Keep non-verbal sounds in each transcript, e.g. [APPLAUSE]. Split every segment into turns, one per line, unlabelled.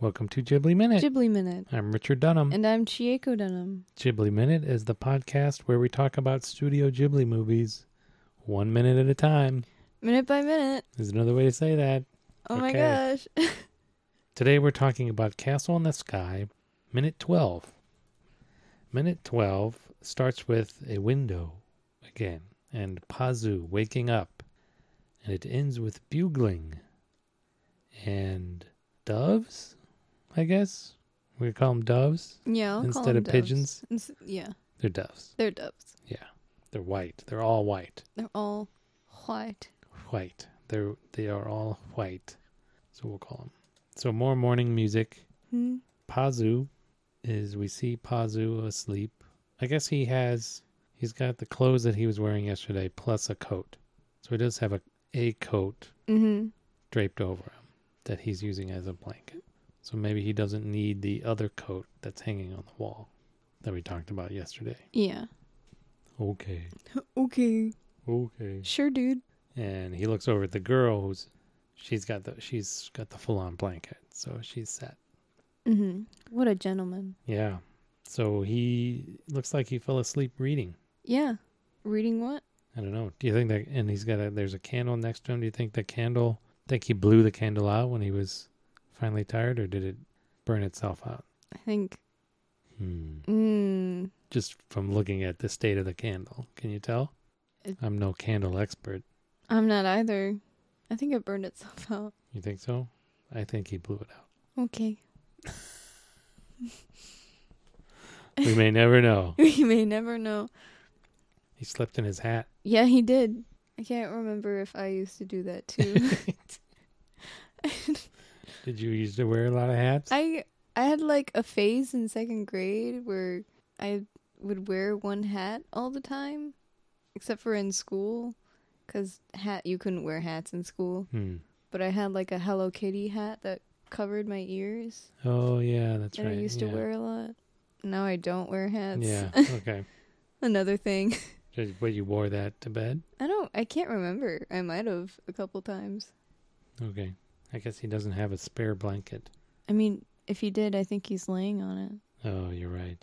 Welcome to Ghibli Minute.
Ghibli Minute.
I'm Richard Dunham.
And I'm Chieko Dunham.
Ghibli Minute is the podcast where we talk about Studio Ghibli movies one minute at a time.
Minute by minute.
Is another way to say that.
Oh my
Okay.
gosh. [LAUGHS]
Today we're talking about Castle in the Sky, minute 12. Minute 12 starts with a window again and Pazu waking up, and it ends with bugling and doves, I guess. We call them doves.
yeah. I'll call
Instead
them
of
doves.
pigeons?
Ins- yeah.
They're doves.
They're doves.
They're white. They're all white.
They're all white.
White. They're they are all white. So we'll call them. So more morning music.
Hmm.
Pazu is we see Pazu asleep. I guess he has he's got the clothes that he was wearing yesterday plus a coat. So he does have a a coat
Mm-hmm.
draped over him that he's using as a blanket. So maybe he doesn't need the other coat that's hanging on the wall that we talked about yesterday.
Yeah.
Okay.
Okay.
Okay.
Sure, dude.
and he looks over at the girl who's she's got the she's got the full on blanket so she's set
Mm-hmm. What a gentleman.
yeah so he looks like he fell asleep reading
Yeah. Reading what?
i don't know do you think that and he's got a there's a candle next to him do you think the candle think he blew the candle out when he was finally tired or did it burn itself out
I think.
hmm.
Mm.
just from looking at the state of the candle can you tell
It-
i'm no candle expert
I'm not either. I think it burned itself [LAUGHS] out.
you think so i think he blew it out
Okay. [LAUGHS]
we may never know
we may never know.
he slept in his hat
Yeah, he did. I can't remember if I used to do that
[LAUGHS]
too.
Did you used to wear a lot of hats?
I I had like a phase in second grade where I would wear one hat all the time, except for in school, because hat you couldn't wear hats in school.
hmm.
But I had like a Hello Kitty hat that covered my ears
Oh yeah, that's
that
right.
I used
yeah.
to wear a lot. Now I don't wear hats. [LAUGHS]
Yeah. Okay.
Another thing. [LAUGHS]
Did- But you wore that to bed.
I don't. I can't remember. I might have a couple times.
Okay. I guess he doesn't have a spare blanket.
I mean, if he did, I think he's laying on it.
Oh, you're right.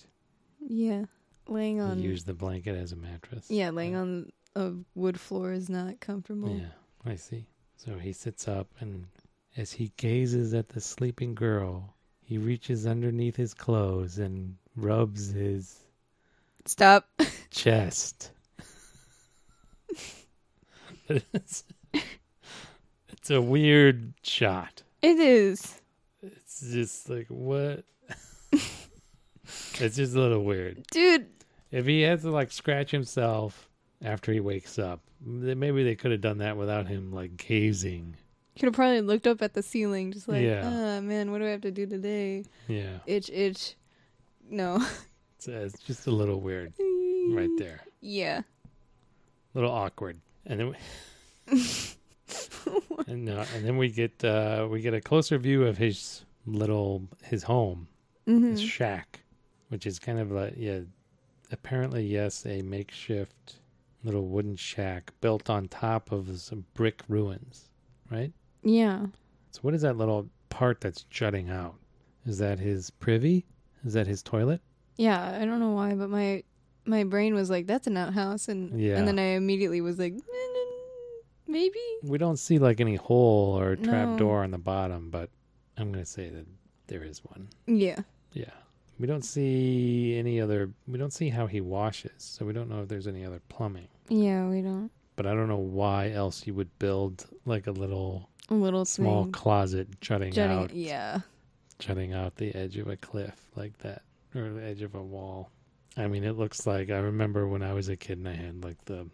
Yeah, laying on.
He used the blanket as a mattress.
Yeah, laying on a wood floor is not comfortable.
Yeah, I see. So he sits up, and as he gazes at the sleeping girl, he reaches underneath his clothes and rubs his
Stop. [LAUGHS]
chest. [LAUGHS] it's, it's a weird shot.
It is.
It's just like what? it's just a little weird.
Dude,
If he had to like scratch himself after he wakes up, then maybe they could have done that without him like gazing.
could have probably looked up at the ceiling just like,
Yeah.
ah, man, what do I have to do today?
Yeah,
Itch, itch. No.
it's, uh, it's just a little weird [LAUGHS] right there,
Yeah.
a little awkward. And then, we- and, uh, and then we get uh, we get a closer view of his little his home,
hmm
his shack, which is kind of like yeah, apparently yes, a makeshift little wooden shack built on top of some brick ruins, right?
Yeah.
So what is that little part that's jutting out? Is that his privy? Is that his toilet?
Yeah. I don't know why, but my my brain was like, that's an outhouse. And,
Yeah.
and then I immediately was like, "Mm, mm, maybe?
We don't see like any hole or trap
No.
door on the bottom, but I'm gonna say that there is one.
Yeah.
Yeah. We don't see any other we don't see how he washes, so we don't know if there's any other plumbing.
Yeah, we don't.
But I don't know why else you would build like a little
A little
small
thing.
closet jutting,
Jutting-
out
Yeah.
jutting out the edge of a cliff like that or the edge of a wall i mean it looks like i remember when i was a kid and i had like the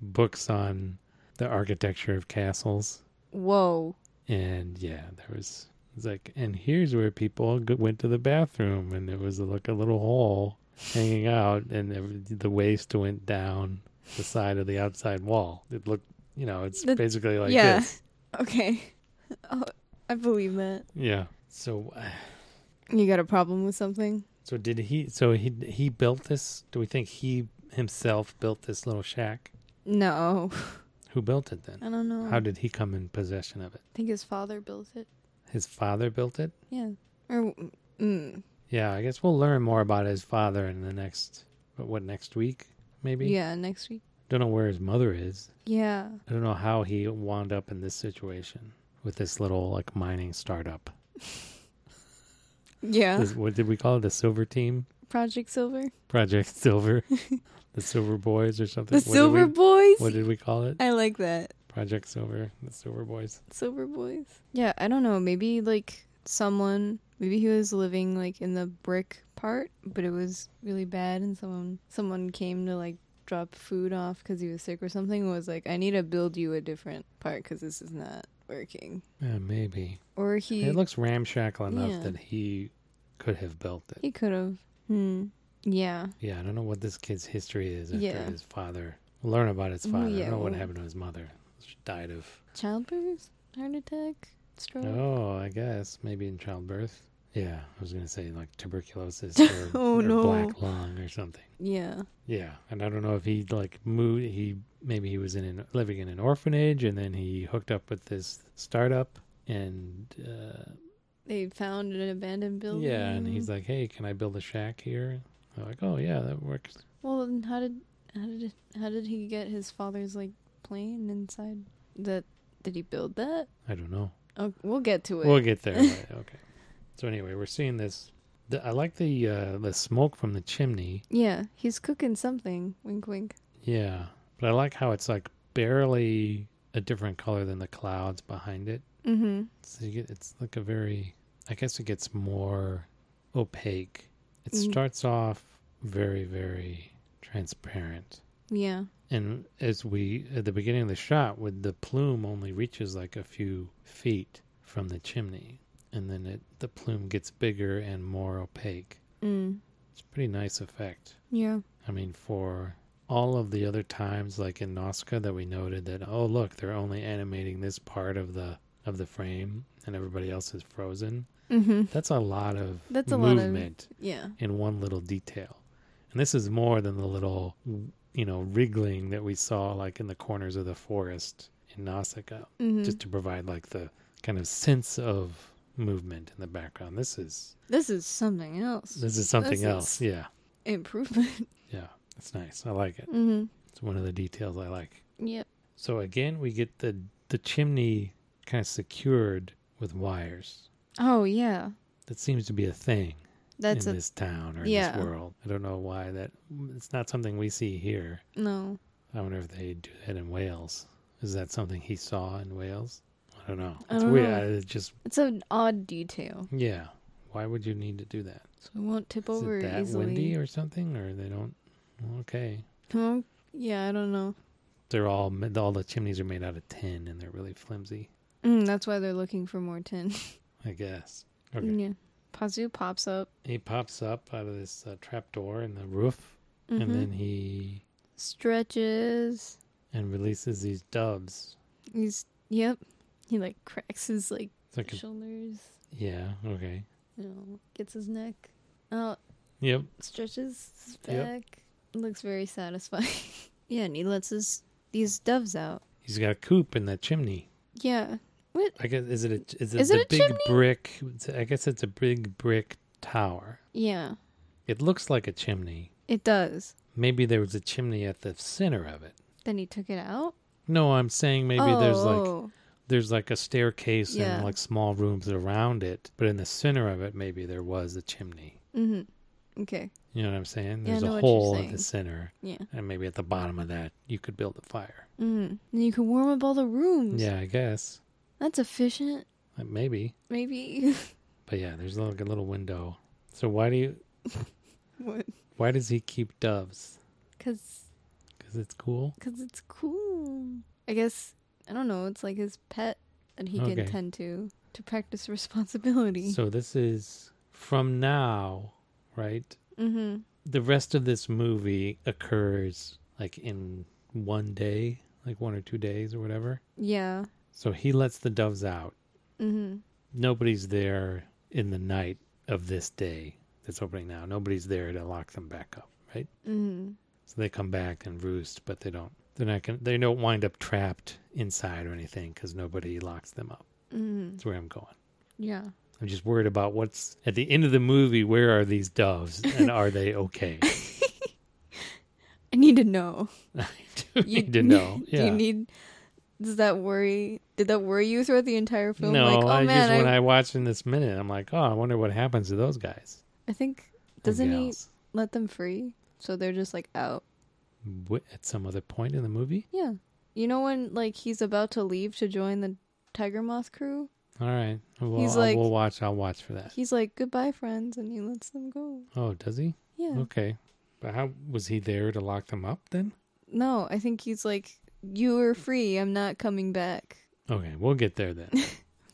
books on the architecture of castles
Whoa.
and yeah there was it's like and here's where people go- went to the bathroom and it was like a little hole hanging out and it, the waist went down the side of the outside wall it looked you know it's
The-
basically like
yeah.
this
[LAUGHS] Okay. Oh, I believe that.
yeah so
You got a problem with something?
So did he? So he he built this? Do we think he himself built this little shack?
No.
Who built it then?
I don't know.
How did he come in possession of it?
I think his father built it.
His father built it.
Yeah. Or mm,
Yeah, I guess we'll learn more about his father in the next, what, what next week, maybe?
yeah, next week.
Don't know where his mother is.
Yeah.
I don't know how he wound up in this situation with this little, like, mining startup.
Yeah.
This- what did we call it? The Silver Team?
Project Silver.
Project [LAUGHS]
[LAUGHS]
Silver? the Silver Boys or something?
The
What did
Silver
we-
Boys.
What did we call it?
I like that.
Project Silver, the Silver Boys.
Silver Boys. Yeah, I don't know. Maybe like someone, maybe he was living like in the brick part, but it was really bad, and someone someone came to like drop food off because he was sick or something, and was like, "I need to build you a different part because this is not working."
Yeah, maybe.
Or he
It looks ramshackle enough
Yeah.
that he could have built it.
he could have. Hmm. Yeah.
Yeah, I don't know what this kid's history is after
Yeah.
his father. We'll learn about his
Well,
father. I
yeah,
don't know what
well-
happened to his mother. She died of.
Childbirth, heart attack, stroke.
Oh, I guess maybe in childbirth. Yeah, I was gonna say like
[LAUGHS]
tuberculosis or,
Oh,
or
no.
black lung or something.
Yeah.
Yeah, and I don't know if he like moved. He maybe he was in an, living in an orphanage, and then he hooked up with this startup, and uh,
They found an abandoned building.
yeah, and he's like, "Hey, can I build a shack here?" They're like, "Oh yeah, that works."
Well, then how did how did how did he get his father's like plane inside? That did he build that?
I don't know.
Oh, we'll get to it.
We'll get
[LAUGHS]
there. but- okay. So anyway, we're seeing this. The, I like the uh, the smoke from the chimney.
yeah, he's cooking something. Wink, wink.
Yeah, but I like how it's like barely a different color than the clouds behind it.
Mm-hmm.
So you get it's like a very. I guess it gets more opaque. It
Mm.
starts off very very transparent,
Yeah.
and as we at the beginning of the shot, with the plume only reaches like a few feet from the chimney, and then it the plume gets bigger and more opaque.
Mm.
It's a pretty nice effect.
Yeah.
I mean, for all of the other times, like in Nausicaa, that we noted that oh look, they're only animating this part of the of the frame, and everybody else is frozen.
Mm-hmm.
That's a lot of
That's a lot of-
movement
Yeah.
in one little detail, and this is more than the little you know wriggling that we saw like in the corners of the forest in Nausicaa,
Mm-hmm.
just to provide like the kind of sense of movement in the background. This is
this is something else.
this is something
This is-
else. Yeah,
Improvement. [LAUGHS]
yeah, it's nice. I like it.
mm-hmm.
It's one of the details I like.
Yep.
So again, we get the the chimney kind of secured with wires.
Oh yeah.
That seems to be a thing
That's
in
a
this town or in
yeah.
this world. I don't know why that it's not something we see here.
no.
I wonder if they do that in Wales. Is that something he saw in Wales? I don't know.
I
It's
don't
weird.
know.
I, it's just
It's an odd detail,
yeah. Why would you need to do that?
so it won't tip
Is
over
it that
easily.
windy or something? Or they don't? Okay,
Huh? Yeah, I don't know.
they're all all the chimneys are made out of tin and they're really flimsy.
Mm, that's why they're looking for more tin. [LAUGHS]
I guess. Okay.
Yeah. Pazu pops up.
He pops up out of this uh, trap door in the roof,
Mhm.
and then he
stretches.
and releases these doves.
He's yep. He like cracks his like
It's like, a,
shoulders.
yeah, okay,
You know, gets his neck out,
yep,
stretches his
Yep.
back. Looks very satisfying. [LAUGHS] yeah, and he lets his these doves out.
he's got a coop in that chimney.
Yeah. What?
I guess is it a, is it
Is
the
it a
big
chimney?
brick? I guess it's a big brick tower.
Yeah.
It looks like a chimney.
It does.
Maybe there was a chimney at the center of it.
Then he took it out.
No, I'm saying maybe there's like
Oh.
there's like a staircase
Yeah.
and like small rooms around it, but in the center of it, maybe there was a chimney.
Mhm. Okay.
You know what I'm saying?
Yeah, I
There's
know
a
what you're
hole at
saying.
the center.
Yeah.
And maybe at the bottom of that, you could build a fire.
Mhm. And you can warm up all the rooms.
Yeah, I guess.
That's efficient.
Uh, Maybe.
Maybe. [LAUGHS]
But yeah, there's like a little window. So why do you,
what?
why does he keep doves?
Cuz
Because it's cool?
Because it's cool. I guess, I don't know, it's like his pet that he
Okay.
can tend to to practice [LAUGHS] responsibility.
So this is from now, right?
mm-hmm.
The rest of this movie occurs like in one day, like one or two days or whatever.
Yeah.
So he lets the doves out.
Mm-hmm.
Nobody's there in the night of this day that's opening now. Nobody's there to lock them back up, right?
Mm-hmm.
So they come back and roost, but they don't. They're not gonna. They don't wind up trapped inside or anything because nobody locks them up.
Mm-hmm.
That's where I'm going.
Yeah.
I'm just worried about what's at the end of the movie. Where are these doves, and are they okay?
I need
[LAUGHS]
to know.
I
[LAUGHS]
do [LAUGHS] need to know.
Do
Yeah.
you need? Does that worry? Did that worry you throughout the entire film?
no,
like, oh
I
man,
just when
I,
I watch in this minute, I'm like, oh, I wonder what happens to those guys.
I think
and
doesn't he
gals."
let them free? So they're just like out.
Wh- at some other point in the movie?
Yeah. You know when like he's about to leave to join the tiger moth crew?
All right. Well,
He's
I'll-
like-
we'll watch. I'll watch for that.
He's like, Goodbye friends and he lets them go.
Oh, does he?
Yeah.
Okay. But how was he there to lock them up then?
No, I think he's like, You are free, I'm not coming back.
Okay, we'll get there then.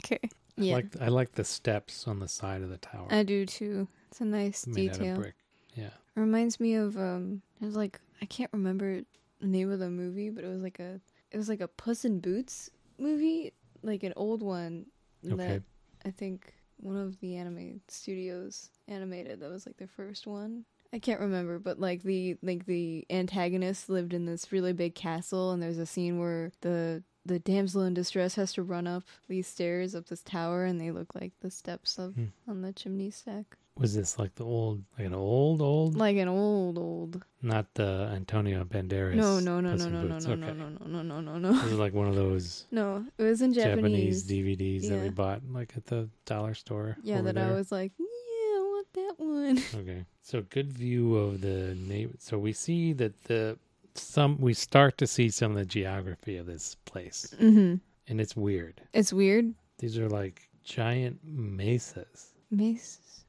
Okay. [LAUGHS] Yeah.
I like I like the steps on the side of the tower.
I do too. It's a nice
made out of
detail.
brick. Yeah.
Reminds me of um it was like I can't remember the name of the movie, but it was like a it was like a Puss in Boots movie, like an old one
Okay.
that I think one of the anime studios animated. That was like their first one. I can't remember, but like the like the antagonist lived in this really big castle, and there's a scene where the the damsel in distress has to run up these stairs up this tower, and they look like the steps of
Hmm.
on the chimney stack,
Was this like the old like an old old
like an old old
not the Antonio Banderas?
No, no, no,
Puss
no,
in
no, no,
Boots.
no,
okay.
no, no, no, no, no, no, [LAUGHS] no.
This is like one of those
No, it was in Japanese.
Japanese, DVDs that we
Yeah.
bought like at the dollar store.
yeah,
over
that I
there.
was like, yeah, I want that one.
Okay. So good view of the neighbor. So we see that the some we start to see some of the geography of this place,
[LAUGHS] Mm-hmm.
and it's weird.
It's weird.
These are like giant mesas,
Mace.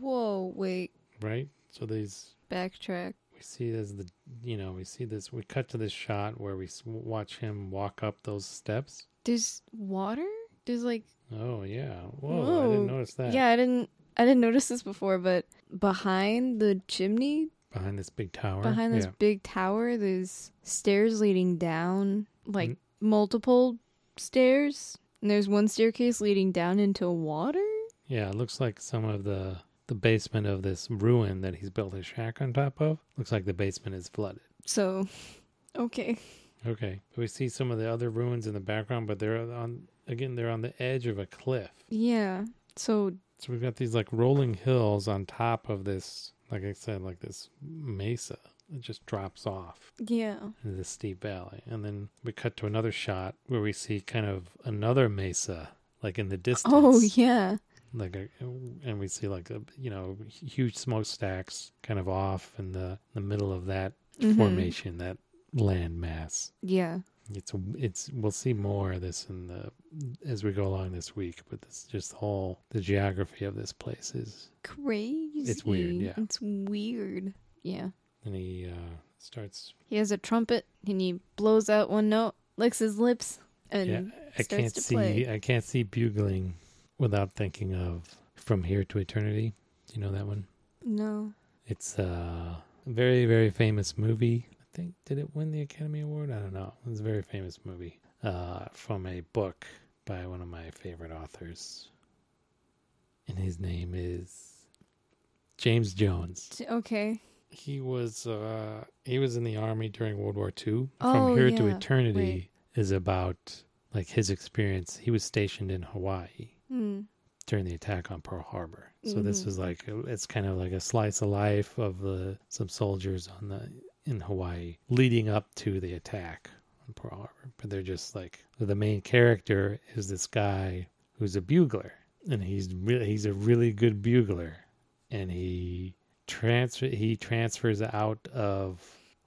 Whoa, wait,
right? So these
backtrack.
we see as the you know we see this. We cut to this shot where we s- watch him walk up those steps.
There's water. There's like,
Oh yeah. Whoa! I didn't
Whoa.
notice that.
yeah, I didn't, I didn't notice this before, but behind the chimney,
Behind this big tower.
behind this
Yeah.
big tower, there's stairs leading down, like
Mm.
multiple stairs, and there's one staircase leading down into water.
Yeah, it looks like some of the the basement of this ruin that he's built his shack on top of. Looks like the basement is flooded.
So, [LAUGHS] okay.
Okay. We see some of the other ruins in the background, but they're on again, they're on the edge of a cliff.
Yeah. So,
So we've got these like rolling hills on top of this, like I said, like this mesa. It just drops off
yeah.
into this steep valley. And then we cut to another shot where we see kind of another mesa like in the distance.
Oh, yeah.
like a, and we see like a you know huge smokestacks kind of off in the the middle of that
Mhm.
formation that land mass
Yeah.
it's it's we'll see more of this in the as we go along this week but this just the whole the geography of this place is
Crazy.
weird, yeah.
It's weird. Yeah.
and he uh starts
He has a trumpet and he blows out one note, licks his lips, and
yeah i
starts
can't
to
see
play.
i can't see bugling without thinking of from here to eternity you know that one
no.
It's a very, very famous movie. I think did it win the Academy Award? I don't know. It's a very famous movie uh, from a book by one of my favorite authors, and his name is James Jones.
T- Okay.
He was uh, he was in the army during World War II.
Oh,
from here to
yeah.
eternity
Right.
is about like his experience. He was stationed in Hawaii
Mm.
during the attack on Pearl Harbor. So this
Mhm.
is like it's kind of like a slice of life of the some soldiers on the in Hawaii leading up to the attack on Pearl Harbor. But they're just like the main character is this guy who's a bugler and he's really he's a really good bugler and he transfer he transfers out of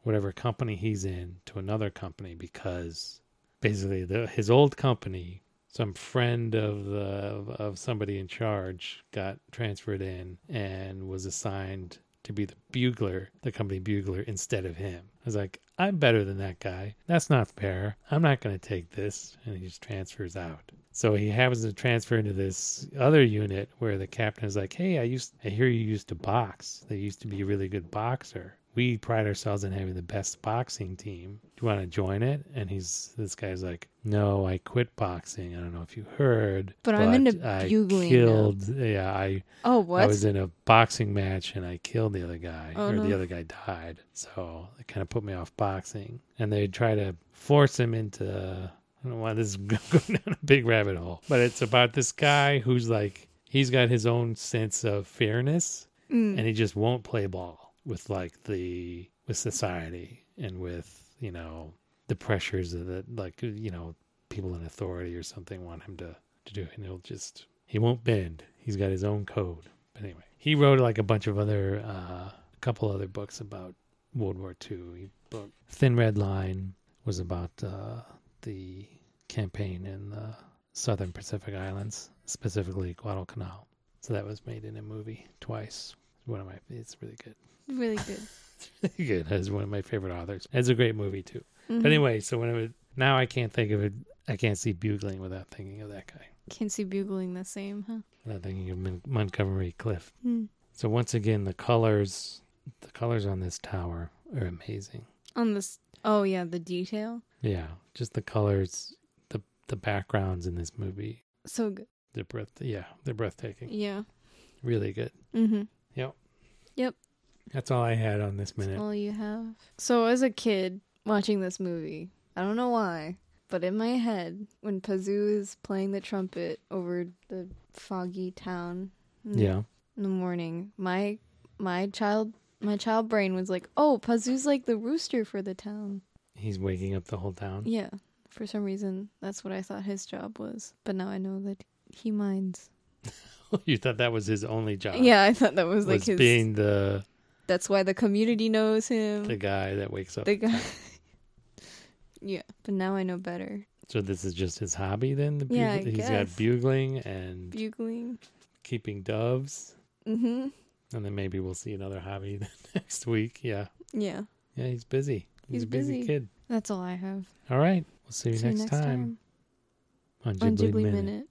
whatever company he's in to another company because basically the, his old company some friend of the of, of somebody in charge got transferred in and was assigned to be the bugler, the company bugler instead of him. I was like, I'm better than that guy. That's not fair. I'm not going to take this. And he just transfers out. So he happens to transfer into this other unit where the captain is like, Hey, I used I hear you used to box. They used to be a really good boxer. We pride ourselves in having the best boxing team. Do you want to join it? And he's this guy's like, No, I quit boxing. I don't know if you heard.
But I'm into
I
bugling now."
killed yeah, I
Oh,
I
what?
was in a boxing match and I killed the other guy,
Oh,
or the
no.
other guy died. So it kind of put me off boxing. And they try to force him [LAUGHS] into. I don't know why this is going down a big rabbit hole, but it's about this guy who's like. he's got his own sense of fairness
Mm.
and he just won't play ball with like the with society and with you know the pressures of that like you know people in authority or something want him to to do and he'll just he won't bend he's got his own code but anyway he wrote like a bunch of other uh a couple other books about world war ii he book thin red line was about uh the campaign in the southern pacific islands specifically guadalcanal so that was made in a movie twice one of my it's really good [LAUGHS]
really good.
really good as one of my favorite authors it's a great movie too
Mhm.
but anyway so when it was, now i can't think of it i can't see bugling without thinking of that guy
Can't see bugling the same, huh?
without thinking of Mon- montgomery clift
Hmm.
so once again the colors the colors on this tower are amazing
On this. Oh yeah, the detail.
yeah just the colors the the backgrounds in this movie
So good.
they're breath yeah they're breathtaking
Yeah.
really good
Mm-hmm.
that's all i had on this minute
All you have. So as a kid watching this movie, I don't know why, but in my head, when Pazu is playing the trumpet over the foggy town. in the-
yeah
In the morning, my my child my child brain was like, oh, Pazu's like the rooster for the town.
he's waking up the whole town
Yeah. For some reason, that's what I thought his job was, but now I know that he minds.
[LAUGHS] you thought that was his only job
yeah, I thought that was
was
like his.
being the
That's why the community knows him.
the
The,
guy that wakes up
guy. [LAUGHS] yeah, but now I know better.
So this is just his hobby then? The
Yeah, I
bugling? He's
guess.
got bugling and
Bugling.
keeping doves.
Mm-hmm.
And then maybe we'll see another hobby [LAUGHS] next week. Yeah.
Yeah,
Yeah, he's busy. He's,
He's
a busy,
busy.
kid.
that's all I have.
All right. We'll see you
See
next,
you next
time,
time
on
on
Ghibli,
Ghibli
Minute.
Minute.